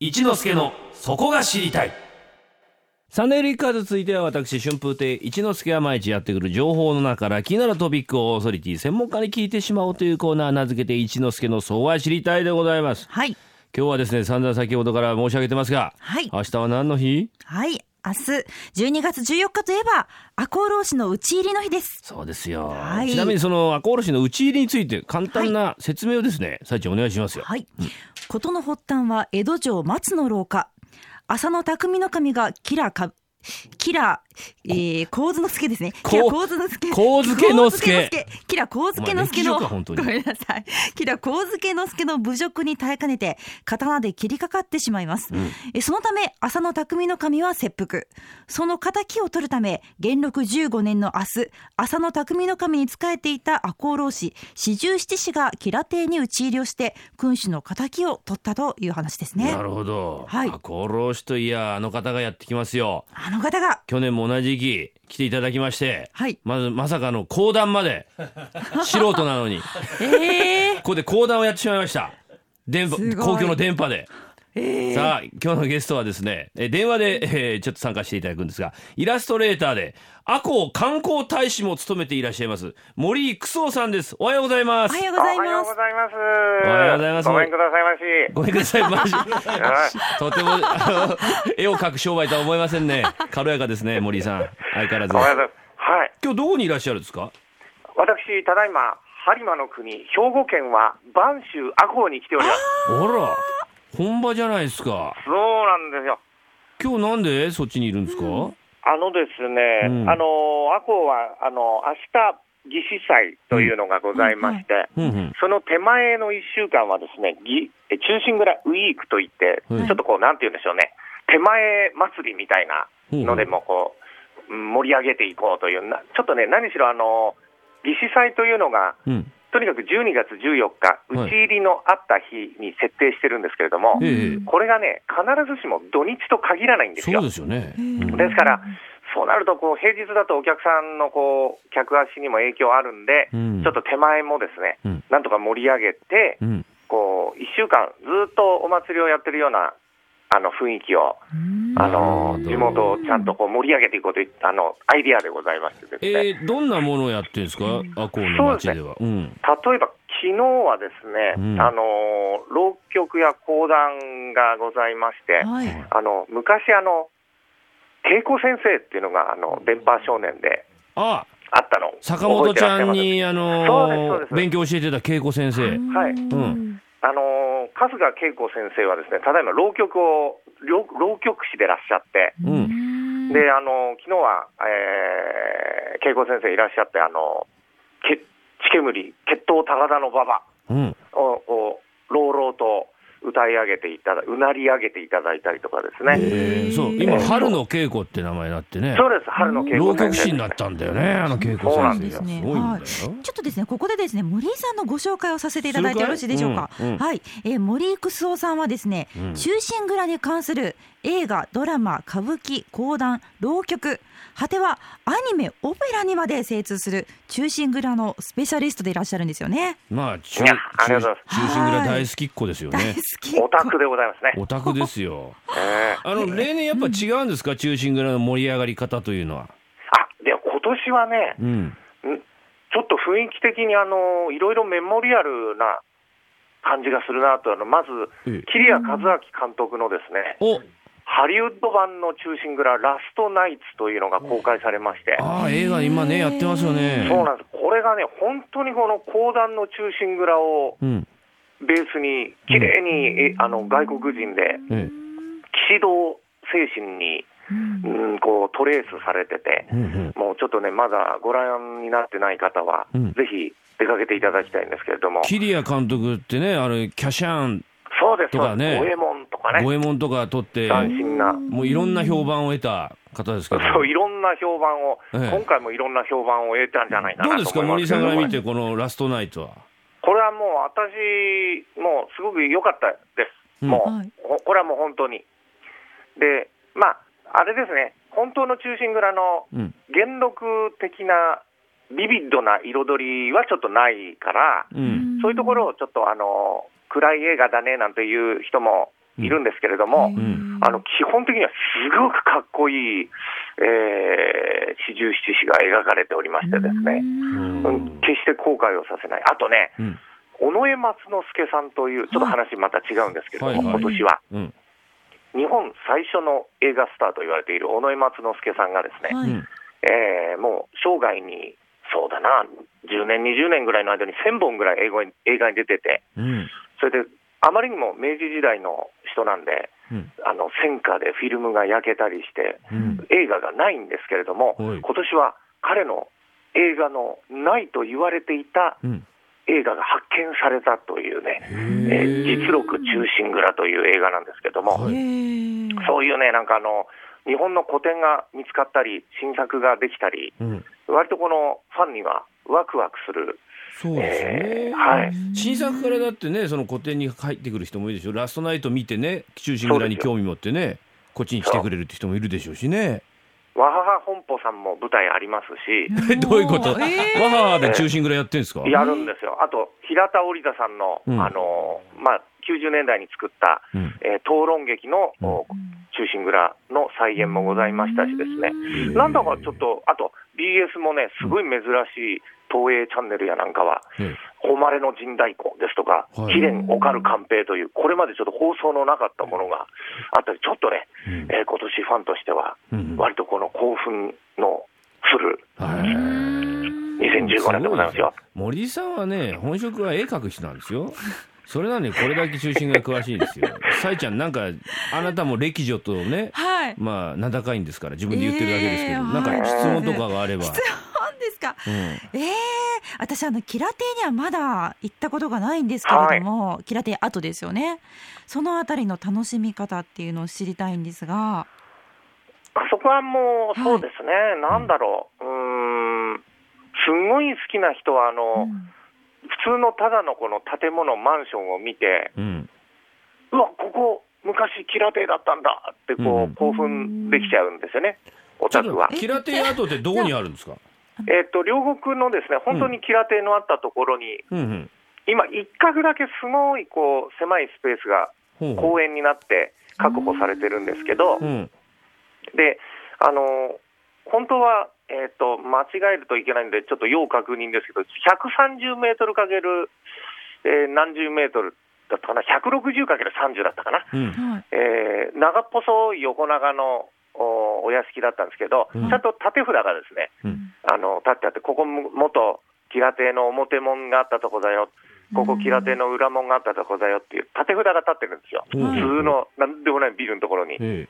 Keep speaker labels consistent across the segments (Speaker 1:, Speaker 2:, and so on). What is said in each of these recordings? Speaker 1: 一之助のそこが知りたいサンデーリッカーズ続いては私春風亭一之助が毎日やってくる情報の中から気になるトピックをオーソリティ専門家に聞いてしまおうというコーナー名付けて一之助のそこが知りたいでございます
Speaker 2: はい。
Speaker 1: 今日はですね散々先ほどから申し上げてますが、
Speaker 2: はい
Speaker 1: 明日は何の日
Speaker 2: はい。明日、12月14日といえば、赤穂浪士の打ち入りの日です。
Speaker 1: そうですよ、
Speaker 2: はい
Speaker 1: ちなみにその赤卸の打ち入りについて簡単な説明をですね、さい、ちゃんお願いしますよ
Speaker 2: はい。事の発端は、江戸城松の廊下。浅野匠の神が、キラか、キラ、えー、幸津之助ですね。
Speaker 1: こ
Speaker 2: キラ幸津之助。
Speaker 1: 幸助之助
Speaker 2: 幸之助。キラ幸助之助
Speaker 1: お前歴史
Speaker 2: の、
Speaker 1: 上か本当に
Speaker 2: ごめんなさい。キラ幸助之助の侮辱に耐えかねて、刀で切りかかってしまいます。えそのため、浅野匠の神は切腹。その仇を取るため、元禄15年の明日、浅野匠の神に仕えていた赤穂浪士、四十七士が吉良邸に討ち入りをして、君主の仇を取ったという話ですね
Speaker 1: な。るほど、
Speaker 2: はい
Speaker 1: 赤卸といやあの方がやってきますよ
Speaker 2: あの方が、
Speaker 1: 去年も同じ時期来ていただきまして、
Speaker 2: はい
Speaker 1: まずまさかの講談ま で素人なのにこ
Speaker 2: え ー、
Speaker 1: こで講談をやってしまいました電波
Speaker 2: すごい
Speaker 1: 公共の電波で。さあ今日のゲストはですねえ電話で、えーちょっと参加していただくんですがイラストレーターで阿公観光大使も務めていらっしゃいます森井久壮さんですおはようございま
Speaker 2: お
Speaker 1: す
Speaker 2: はよう
Speaker 3: お
Speaker 2: ご
Speaker 3: は
Speaker 2: ざい
Speaker 3: よ
Speaker 2: ま
Speaker 3: うご
Speaker 2: す。
Speaker 3: ざいます。お
Speaker 1: はようございます
Speaker 3: ごめんくださいまし。
Speaker 1: ごめんなさいマジ
Speaker 3: はい
Speaker 1: とてもあの絵を描く商売とは思えませんね軽やかですね森井さん相変わらず
Speaker 3: ごめんなさい。はい。
Speaker 1: 今日どこにいらっしゃるんですか
Speaker 3: 私、ただいま、播磨の国、兵庫県は、播州赤穂に来ております。
Speaker 1: あら本場じゃないですか
Speaker 3: そうなんですよ。
Speaker 1: 今日なんでそっちにいるんですか、
Speaker 3: あのですね、
Speaker 1: うん
Speaker 3: あの、赤穂は、あの、明日、義士祭というのがございまして、
Speaker 1: うんうん
Speaker 3: その手前の1週間はですね、ぎえ中心蔵ウィークといって、
Speaker 1: はい
Speaker 3: ちょっとこう、なんて言うんでしょうね、手前祭りみたいなのでもこう、うん盛り上げていこうというな、ちょっとね、何しろあの、義士祭というのが、
Speaker 1: うん
Speaker 3: とにかく12月14日、
Speaker 1: はい
Speaker 3: 打ち入りのあった日に設定してるんですけれども、
Speaker 1: ええ
Speaker 3: これがね、必ずしも土日と限らないんです
Speaker 1: そう
Speaker 3: よ。
Speaker 1: ですよね、うん
Speaker 3: ですから、そうなるとこう、平日だとお客さんのこう客足にも影響あるんで、
Speaker 1: うん
Speaker 3: ちょっと手前もですね、
Speaker 1: うん
Speaker 3: なんとか盛り上げて、
Speaker 1: うん
Speaker 3: こう1週間、ずっとお祭りをやってるようなあの雰囲気を、あの
Speaker 1: なるほど
Speaker 3: 地元をちゃんとこう盛り上げていこうというあのアイディアでございましてです
Speaker 1: え
Speaker 3: ね。
Speaker 1: ーどんなものをやってるんですか赤穂の町ではう
Speaker 3: 例えば昨日はですね、
Speaker 1: うん
Speaker 3: あの浪曲や講談がございまして、
Speaker 2: はい。
Speaker 3: あの昔あの恵子先生っていうのがあの電波少年で
Speaker 1: んあ
Speaker 3: あったの
Speaker 1: 坂本ちゃん
Speaker 3: 覚えて
Speaker 1: にあ
Speaker 3: そうですそう
Speaker 1: の
Speaker 3: です
Speaker 1: 勉強教えてた恵子先生
Speaker 3: はい
Speaker 1: ん
Speaker 3: らっしゃいますあの春日恵子先生はですねただいま浪曲を浪浪曲師でいらっしゃって
Speaker 1: うん
Speaker 3: であの昨日は、えー、恵子先生いらっしゃってあのけ血煙血統高田の馬場
Speaker 1: うん
Speaker 3: をこう朗々と歌い上げていただうなり上げていただいたりとかですね、
Speaker 1: えーそう今春の恵子って名前になってね
Speaker 3: そうです春の稽
Speaker 1: 浪
Speaker 3: 古
Speaker 1: 曲師になったんだよねあの恵子
Speaker 3: そうな
Speaker 1: 先生
Speaker 3: んで
Speaker 1: が
Speaker 3: す
Speaker 1: す
Speaker 3: よ
Speaker 1: ごいんだ
Speaker 2: は
Speaker 1: よ
Speaker 2: いちょっとですね、ここでですね、森井さんのご紹介をさせていただいてよろしいでしょうか。
Speaker 1: するかいうんうん
Speaker 2: はい、えー、森井楠雄さんはですね、
Speaker 1: うん
Speaker 2: 中心蔵に関する映画、ドラマ、歌舞伎、講談、浪曲、果てはアニメ、オペラにまで精通する中心蔵のスペシャリストでいらっしゃるんですよね。
Speaker 1: まあ中
Speaker 3: いやありがとうござい
Speaker 1: 中心蔵大好きっ子ですよ
Speaker 2: 大
Speaker 1: ね
Speaker 2: 好き。
Speaker 3: オタクでございますね、
Speaker 1: オタクですよ
Speaker 3: えー
Speaker 1: あの例年やっぱ違うんですか、中心蔵の盛り上がり方というのは。
Speaker 3: あでも今年はね、
Speaker 1: うん。
Speaker 3: んちょっと雰囲気的にあのいろいろメモリアルな感じがするなと、あのまず
Speaker 1: ええ、
Speaker 3: 桐谷和明監督のですね、
Speaker 1: お、
Speaker 3: ハリウッド版の中心蔵、ラストナイツというのが公開されまして、
Speaker 1: ああ映画今ねやってますよね。
Speaker 3: そうなんです、これがね、本当にこの講談の中心蔵を
Speaker 1: うん。
Speaker 3: ベースに、綺麗に、えあの外国人で、
Speaker 1: え
Speaker 3: 騎士道精神に、うん、こうトレースされてて
Speaker 1: え。う。んうん。
Speaker 3: もうちょっとね、まだご覧になってない方は、
Speaker 1: うん
Speaker 3: ぜひ出かけていただきたいんですけれども、
Speaker 1: 桐谷監督ってねあれキャシャン
Speaker 3: そうです、
Speaker 1: とかね
Speaker 3: 五右衛門とか
Speaker 1: 五
Speaker 3: ね、
Speaker 1: 右衛門とか撮って
Speaker 3: 斬新な、
Speaker 1: もういろんな評判を得た方ですけど。
Speaker 3: そういろんな評判を、
Speaker 1: ええ
Speaker 3: 今回もいろんな評判を得たんじゃないか
Speaker 1: どう
Speaker 3: な
Speaker 1: ですか
Speaker 3: と思
Speaker 1: 森井
Speaker 3: いますけ
Speaker 1: さ
Speaker 3: ど
Speaker 1: んから見
Speaker 3: こ
Speaker 1: てこのラストナイトは。
Speaker 3: れはもう私、もうすごく良かったです、
Speaker 1: うん
Speaker 3: もう、
Speaker 2: はい
Speaker 3: ほこれはもう本当に。で、まあ、あれですね、本当の中心蔵の
Speaker 1: うん。
Speaker 3: 元禄的な、ビビッドな彩りはちょっとないから、
Speaker 1: うん。
Speaker 3: そういうところをちょっとあの暗い映画だねなんていう人もいるんですけれども、
Speaker 1: ん
Speaker 3: あの基本的にはすごくかっこいい、えー四十七士が描かれておりましてです
Speaker 1: う
Speaker 3: ね、
Speaker 1: ん
Speaker 3: うん決して後悔をさせない、あとね、
Speaker 1: うん
Speaker 3: 尾上松之助さんという、ちょっと話また違うんですけれども、
Speaker 1: はいはい
Speaker 3: 今年は、
Speaker 1: うん
Speaker 3: 日本最初の映画スターと言われている尾上松之助さんがですね、
Speaker 1: う
Speaker 2: はい
Speaker 1: ん
Speaker 3: えーもう生涯に、そうだな、10年、20年ぐらいの間に1000本ぐらい英語に映画に出てて、
Speaker 1: うん
Speaker 3: それであまりにも明治時代の人なんで、
Speaker 1: うん
Speaker 3: あの戦火でフィルムが焼けたりして、
Speaker 1: うん
Speaker 3: 映画がないんですけれども、
Speaker 1: はい
Speaker 3: 今年は彼の映画のないと言われていた
Speaker 1: うん
Speaker 3: 映画が発見されたというね、えー
Speaker 1: へ
Speaker 3: 実録忠臣蔵という映画なんですけども、
Speaker 1: はい
Speaker 2: へえ
Speaker 3: そういうね、なんかあの、日本の古典が見つかったり、新作ができたり、
Speaker 1: うん
Speaker 3: 割とこのファンにはワクワクする、
Speaker 1: そうですよ
Speaker 3: え
Speaker 1: ね
Speaker 3: ーはい、
Speaker 1: 新作からだってねその古典に入ってくる人もいるでしょラストナイト見てね中心蔵に興味持ってねこっちに来てくれるって人もいるでしょうしね
Speaker 3: わはは本舗さんも舞台ありますし、
Speaker 1: えどういうこと、
Speaker 2: えー
Speaker 1: わはわで中心蔵やってんですか
Speaker 3: やるんですよ、あと平田織田さんの、
Speaker 1: うん
Speaker 3: あのまあ、90年代に作った、
Speaker 1: うん
Speaker 3: えー討論劇の、
Speaker 1: うん
Speaker 3: お忠臣蔵の再現もございましたしですね、
Speaker 1: へー
Speaker 3: なんだかちょっと、あと BS もね、すごい珍しい東映チャンネルやなんかは、
Speaker 1: ええ
Speaker 3: 誉れの神太鼓ですとか、
Speaker 1: はい
Speaker 3: 貴殿オカル寛平という、これまでちょっと放送のなかったものがあったり、ちょっとね、
Speaker 1: うん
Speaker 3: えー今年ファンとしては、
Speaker 1: うん
Speaker 3: 割とこの興奮のする2015年でございますよ。
Speaker 1: 森井さんはね本職は絵描く人なんですよそれなのにこれだけ中心が詳しいんですよさいちゃんなんかあなたも歴女とね
Speaker 2: はい
Speaker 1: まあ名高いんですから自分で言ってるだけですけど、
Speaker 2: えー
Speaker 1: なん
Speaker 2: はい
Speaker 1: か質問とかがあれば、
Speaker 2: なんですか
Speaker 1: うん
Speaker 2: ええ私あのキラテにはまだ行ったことがないんですけれども、キラテ後ですよねそのあたりの楽しみ方っていうのを知りたいんですが
Speaker 3: あそこはもう、そうですね、なんだろう、うーん、すごい好きな人は、あの、普通のただのこの建物、マンションを見て、
Speaker 1: うん
Speaker 3: うわ、ここ、昔、キラテだったんだって、
Speaker 1: う
Speaker 3: こ
Speaker 1: ん
Speaker 3: う、興奮できちゃうんですよね、オ
Speaker 1: ちょ
Speaker 3: タ
Speaker 1: っ
Speaker 3: ク
Speaker 1: と
Speaker 3: は。
Speaker 1: キラテアートってどこにあるんですか
Speaker 3: えっと、両国のですね、本当にキラテのあったところに、
Speaker 1: うんうん
Speaker 3: 今、一角だけすごい、こう、狭いスペースが
Speaker 1: ほうほ
Speaker 3: 公園になって確保されてるんですけど
Speaker 1: う、うん
Speaker 3: で、あの、本当は、えっ、と、間違えるといけないんで、ちょっと要確認ですけど、130メートルかける、えー何十メートルだったかな、160かける30だったかな、
Speaker 1: うん
Speaker 2: はい
Speaker 3: えー長っぽそい横長のおお屋敷だったんですけど、
Speaker 1: うん
Speaker 3: ちゃんと縦札がですね、
Speaker 1: うん
Speaker 3: あの、立ってあって、ここも元、キラテの表門があったとこだよ、ここキラテの裏門があったとこだよっていう、縦札が立ってるんですよ。
Speaker 1: ほう
Speaker 2: うん
Speaker 3: 普通の、なんでもないビルのところに。
Speaker 1: え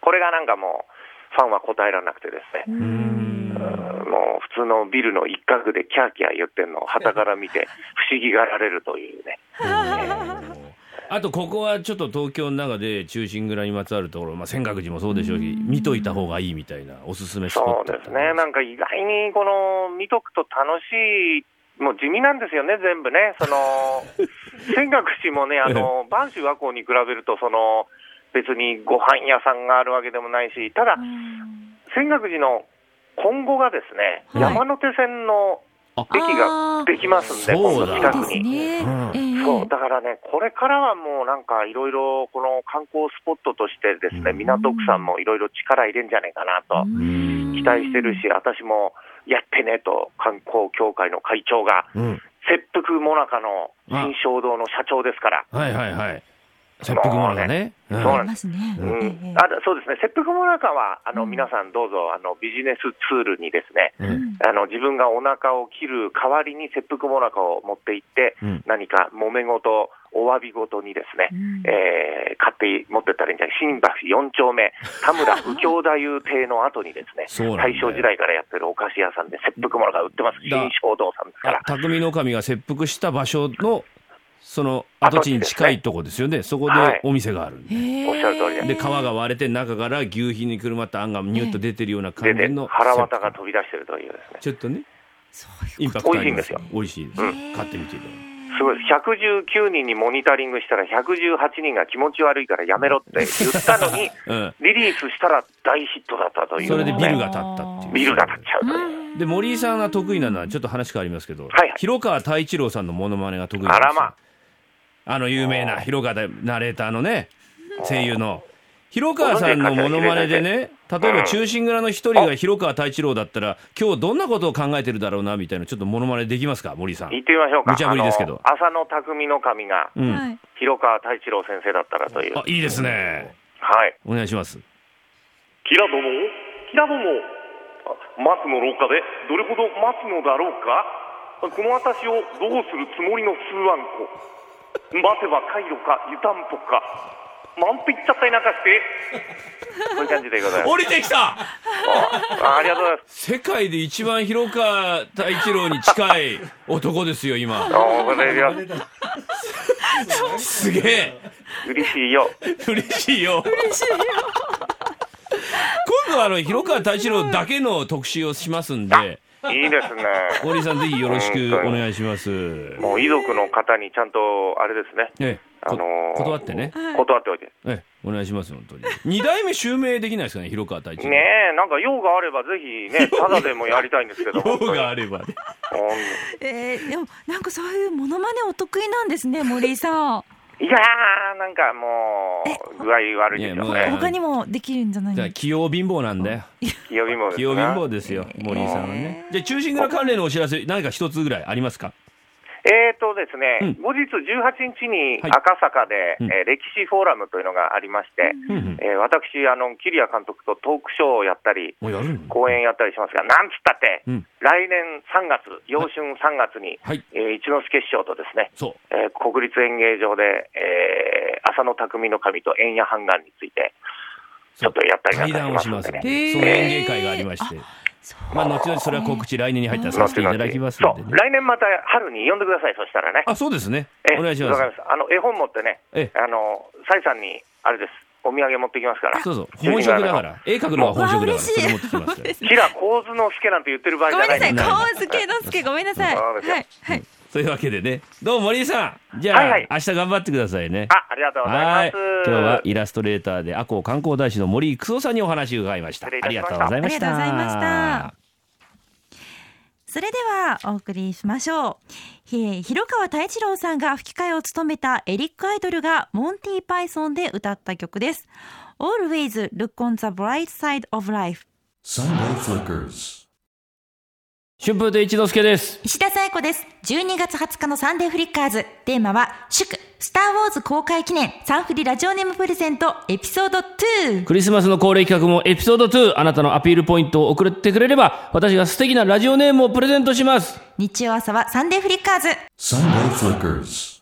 Speaker 3: これがなんかもう、ファンは答えられなくてですね、
Speaker 1: えうーん
Speaker 3: もう普通のビルの一角でキャーキャー言ってるのを旗から見 て不思議がられるというね。
Speaker 1: あとここはちょっと東京の中で中心蔵にまつわるところ、まあ、尖閣寺もそうでしょうし見といた方がいいみたいなおすすめスポ
Speaker 3: そ
Speaker 1: ッ
Speaker 3: う
Speaker 1: ト
Speaker 3: ですね。なんか意外にこの見とくと楽しい、もう地味なんですよね、全部ね。そ の、泉岳寺もね、あの、万州和光に比べると、その、別にご飯屋さんがあるわけでもないし、ただ、泉岳寺の今後がですね、
Speaker 1: はい
Speaker 3: 山手線の
Speaker 1: あ
Speaker 3: 駅ができますんで、
Speaker 1: あー
Speaker 3: 今度近
Speaker 1: そう
Speaker 3: くに。
Speaker 2: ね
Speaker 1: うん
Speaker 2: ええ
Speaker 3: そう、だからね、これからはもうなんかいろいろ、この観光スポットとしてですね、
Speaker 1: うん
Speaker 3: 港区さんもいろいろ力入れんじゃないかなと
Speaker 1: うん
Speaker 3: 期待してるし、私もやってねと、観光協会の会長が、
Speaker 1: うん
Speaker 3: 切腹もなかの新衝堂の社長ですから、
Speaker 1: はいはいはい切腹ものがね
Speaker 3: うね
Speaker 1: ん
Speaker 3: そう
Speaker 2: ありますね、
Speaker 3: う
Speaker 2: ええ
Speaker 3: んあだそうですね、切腹もなかは、あ
Speaker 2: う
Speaker 3: の
Speaker 2: ん
Speaker 3: 皆さんどうぞあのビジネスツールにですね、
Speaker 1: うん
Speaker 3: あの自分がお腹を切る代わりに切腹もなかを持って行って、
Speaker 1: うん、
Speaker 3: 何か揉め事、お詫び事にですね、
Speaker 2: うん
Speaker 3: えー、買って持ってったらいいんじゃない新橋4丁目、田村右京太夫亭の後にですね
Speaker 1: そうなんだよ
Speaker 3: 大正時代からやってるお菓子屋さんで切腹ものが売ってます。
Speaker 1: だ
Speaker 3: 新衝堂さんですか
Speaker 1: あ
Speaker 3: ら。
Speaker 1: 匠の神が切腹した場所のその跡地に近いとこですよねそこでお店があるんで、
Speaker 2: へえ
Speaker 3: おっしゃる通りで
Speaker 1: で皮が割れて中から牛皮にくるまったあんがニュッと出てるような
Speaker 3: で
Speaker 1: 感じ
Speaker 3: で
Speaker 1: の、
Speaker 3: 腹綿が飛び出してるというですね。
Speaker 1: ちょっとね
Speaker 2: そう
Speaker 1: イ
Speaker 2: い
Speaker 1: ン
Speaker 2: うこ
Speaker 1: パ
Speaker 2: と
Speaker 1: クト
Speaker 3: 美
Speaker 1: あり
Speaker 3: 味しいん
Speaker 1: ま
Speaker 3: です
Speaker 1: す
Speaker 3: よ
Speaker 1: 美味しいです、
Speaker 3: うん
Speaker 1: 買ってみていただいて
Speaker 3: すごいです。119人にモニタリングしたら118人が気持ち悪いからやめろって言ったのに、
Speaker 1: うん
Speaker 3: リリースしたら大ヒットだったという、
Speaker 1: それでビル
Speaker 3: ね
Speaker 1: が立ったっていう
Speaker 3: ビルが立っちゃうという。
Speaker 1: で森井さんが得意なのはちょっと話変わりますけど、
Speaker 3: はいはい
Speaker 1: 広川太一郎さんのモノマネが得意なんです
Speaker 3: あ
Speaker 1: よ
Speaker 3: らま。
Speaker 1: あの有名な広川大ナレーターのね声優の広川さんのモノマネでね例えば忠臣蔵の一人が広川太一郎だったら今日どんなことを考えてるだろうなみたいなちょっとモノマネできますか森さん
Speaker 3: 言ってみましょうか。
Speaker 1: 無茶ぶりですけど
Speaker 3: あの浅野匠の神が、
Speaker 1: うん、
Speaker 2: はい
Speaker 3: 広川太一郎先生だったらという。
Speaker 1: あいいですね
Speaker 3: はい。
Speaker 1: お願いします
Speaker 3: キラども、キラども、松の廊下でどれほど待つのだろうかこの私をどうするつもりの数万個。待てばカイロか湯たんぽか。満腹いっちゃったりなんかして。こういう感じでございます
Speaker 1: 降りてきた
Speaker 3: あ。ありがとうございます。
Speaker 1: 世界で一番広川太一郎に近い男ですよ今
Speaker 3: あお願いしま
Speaker 1: す
Speaker 3: す。
Speaker 1: げえ
Speaker 3: 嬉しいよ。
Speaker 1: 嬉しいよ嬉しいよ今度はあの広川太一郎だけの特集をしますんで
Speaker 3: いいですね。
Speaker 1: 堀井さんぜひよろしくお願いします
Speaker 3: もう遺族の方にちゃんと、あれですね。
Speaker 1: ええ、こ
Speaker 3: あのー
Speaker 1: 断ってね、
Speaker 3: 断っておいて。
Speaker 1: ええ、お願いします本当に二代目襲名できないですかね広川太一郎
Speaker 3: ねえ、なんか用があればぜひね、ただでもやりたいんですけ ど。
Speaker 1: 用があればね
Speaker 3: う
Speaker 2: えー、でもなんかそういうモノマネお得意なんですね森井さん
Speaker 3: んいやー、なんかもう、具合悪いですよ
Speaker 1: いやも
Speaker 3: ね。
Speaker 2: 他にもできるんじゃない
Speaker 1: だから
Speaker 2: の
Speaker 1: 器用貧乏なんだよ
Speaker 3: 器用貧乏です
Speaker 1: 器
Speaker 3: ね。
Speaker 1: 用貧乏ですよ森井さんはねじゃあ中心蔵関連のお知らせ何か一つぐらいありますか
Speaker 3: えーとですね、
Speaker 1: う
Speaker 3: 後日18日に
Speaker 1: はい
Speaker 3: 赤坂で、
Speaker 1: うん
Speaker 3: えー歴史フォーラムというのがありまして、
Speaker 1: うんうん
Speaker 3: えー私、あの、キリア監督とトークショーをやったり、
Speaker 1: もうやるの
Speaker 3: 公演やったりしますが、なんつったって、
Speaker 1: うん
Speaker 3: 来年3月、陽春3月に、
Speaker 1: はい
Speaker 3: えー一之輔師匠とですね、
Speaker 1: そう
Speaker 3: えー国立演芸場で、えー、浅野匠の神と円谷半眼について、ち
Speaker 1: そ
Speaker 3: ょ
Speaker 1: う
Speaker 3: っとやったりなん
Speaker 1: 対
Speaker 3: かし
Speaker 1: 談を
Speaker 3: ま
Speaker 1: し
Speaker 3: すん
Speaker 1: ます
Speaker 3: で
Speaker 1: んで、
Speaker 3: ね。
Speaker 1: そう
Speaker 2: へー
Speaker 1: いう演芸会がありまして、
Speaker 2: そう
Speaker 1: まあ、後々それは告知、来年に入ったらさ
Speaker 3: 後
Speaker 1: せてい
Speaker 3: 々
Speaker 1: ただきます
Speaker 3: そ
Speaker 1: んで
Speaker 3: う、
Speaker 1: ね。
Speaker 3: 来年また春に呼んでください、そしたらね。
Speaker 1: あ、そうですね
Speaker 3: え。え
Speaker 1: お願いしま
Speaker 3: わ
Speaker 1: す
Speaker 3: か。ります。あの、絵本持ってね、
Speaker 1: ええ
Speaker 3: あの、サイさんに、あれです、お土産持ってきますから。
Speaker 1: そうそう。本職だか。ら。絵描くのは本職だから。
Speaker 2: わあ嬉しい
Speaker 1: それ持ってきますから。
Speaker 3: 平幸之助なんて言ってる場合じ
Speaker 2: ごめ
Speaker 3: ゃ
Speaker 2: ん
Speaker 3: な
Speaker 2: ないさい
Speaker 1: な
Speaker 2: 川付之助ごめんなさい
Speaker 3: そう
Speaker 2: は
Speaker 3: ですよ
Speaker 2: いはい
Speaker 1: というわけでね。どうも森井さん。じゃあ、
Speaker 3: はいはい
Speaker 1: 明日頑張ってくださいね。
Speaker 3: あ、ありがとうございま
Speaker 1: はい
Speaker 3: す。
Speaker 1: 今日はイラストレーターで、阿公観光大使の森育夫さんにお話を伺いました。
Speaker 3: 失礼い
Speaker 1: あ
Speaker 3: た
Speaker 1: り
Speaker 3: し
Speaker 1: が
Speaker 3: ました
Speaker 1: とうございました。
Speaker 2: ありがとうございましたそれではお送りしましょうえー広川太一郎さんが吹き替えを務めたエリック・アイドルがモンティ・パイソンで歌った曲です Always look on the bright side of life
Speaker 4: Sunday Flickers.
Speaker 1: 春風亭一之輔です。
Speaker 2: 石田紗友子です。12月20日のサンデーフリッカーズ。テーマは、祝、スターウォーズ公開記念、サンフリラジオネームプレゼント、エピソード2。
Speaker 1: クリスマスの恒例企画もエピソード2、あなたのアピールポイントを送ってくれれば、私が素敵なラジオネームをプレゼントします。
Speaker 2: 日曜朝はサンデーフリッカーズ。
Speaker 4: Sunday Flickers.